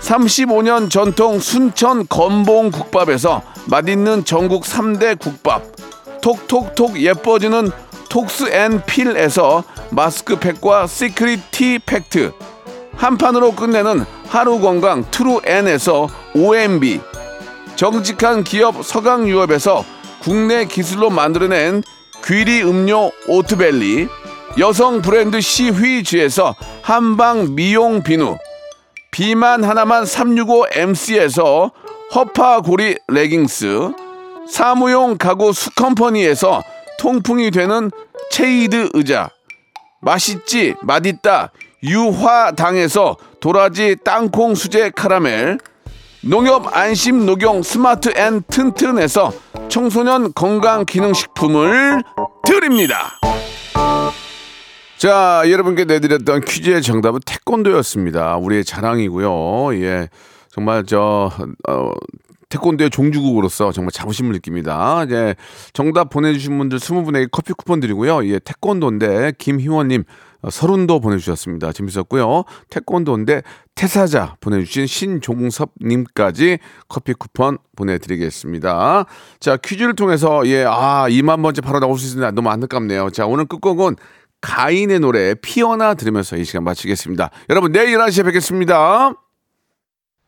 [SPEAKER 1] 35년 전통 순천 건봉 국밥에서 맛있는 전국 3대 국밥 톡톡톡 예뻐지는 톡스앤필에서 마스크팩과 시크릿 티 팩트 한 판으로 끝내는 하루 건강 트루앤에서 OMB 정직한 기업 서강유업에서 국내 기술로 만들어낸 귀리 음료 오트벨리 여성 브랜드 시휘즈에서 한방 미용 비누 비만 하나만 365MC에서 허파고리 레깅스 사무용 가구 수컴퍼니에서 통풍이 되는 체이드 의자 맛있지 맛있다 유화당에서 도라지 땅콩 수제 카라멜 농협 안심 녹용 스마트 앤 튼튼에서 청소년 건강 기능식품을 드립니다. 자, 여러분께 내드렸던 퀴즈의 정답은 태권도였습니다. 우리의 자랑이고요. 예. 정말 저, 어, 태권도의 종주국으로서 정말 자부심을 느낍니다. 이제 정답 보내주신 분들 20분에게 커피 쿠폰 드리고요. 예, 태권도인데 김희원님 어, 서른도 보내주셨습니다. 재밌었고요. 태권도인데 태사자 보내주신 신종섭님까지 커피 쿠폰 보내드리겠습니다. 자 퀴즈를 통해서 예아 2만 번째 바로 나올 수 있는데 너무 안타깝네요. 자 오늘 끝곡은 가인의 노래 피어나 들으면서 이 시간 마치겠습니다. 여러분 내일 11시에 뵙겠습니다.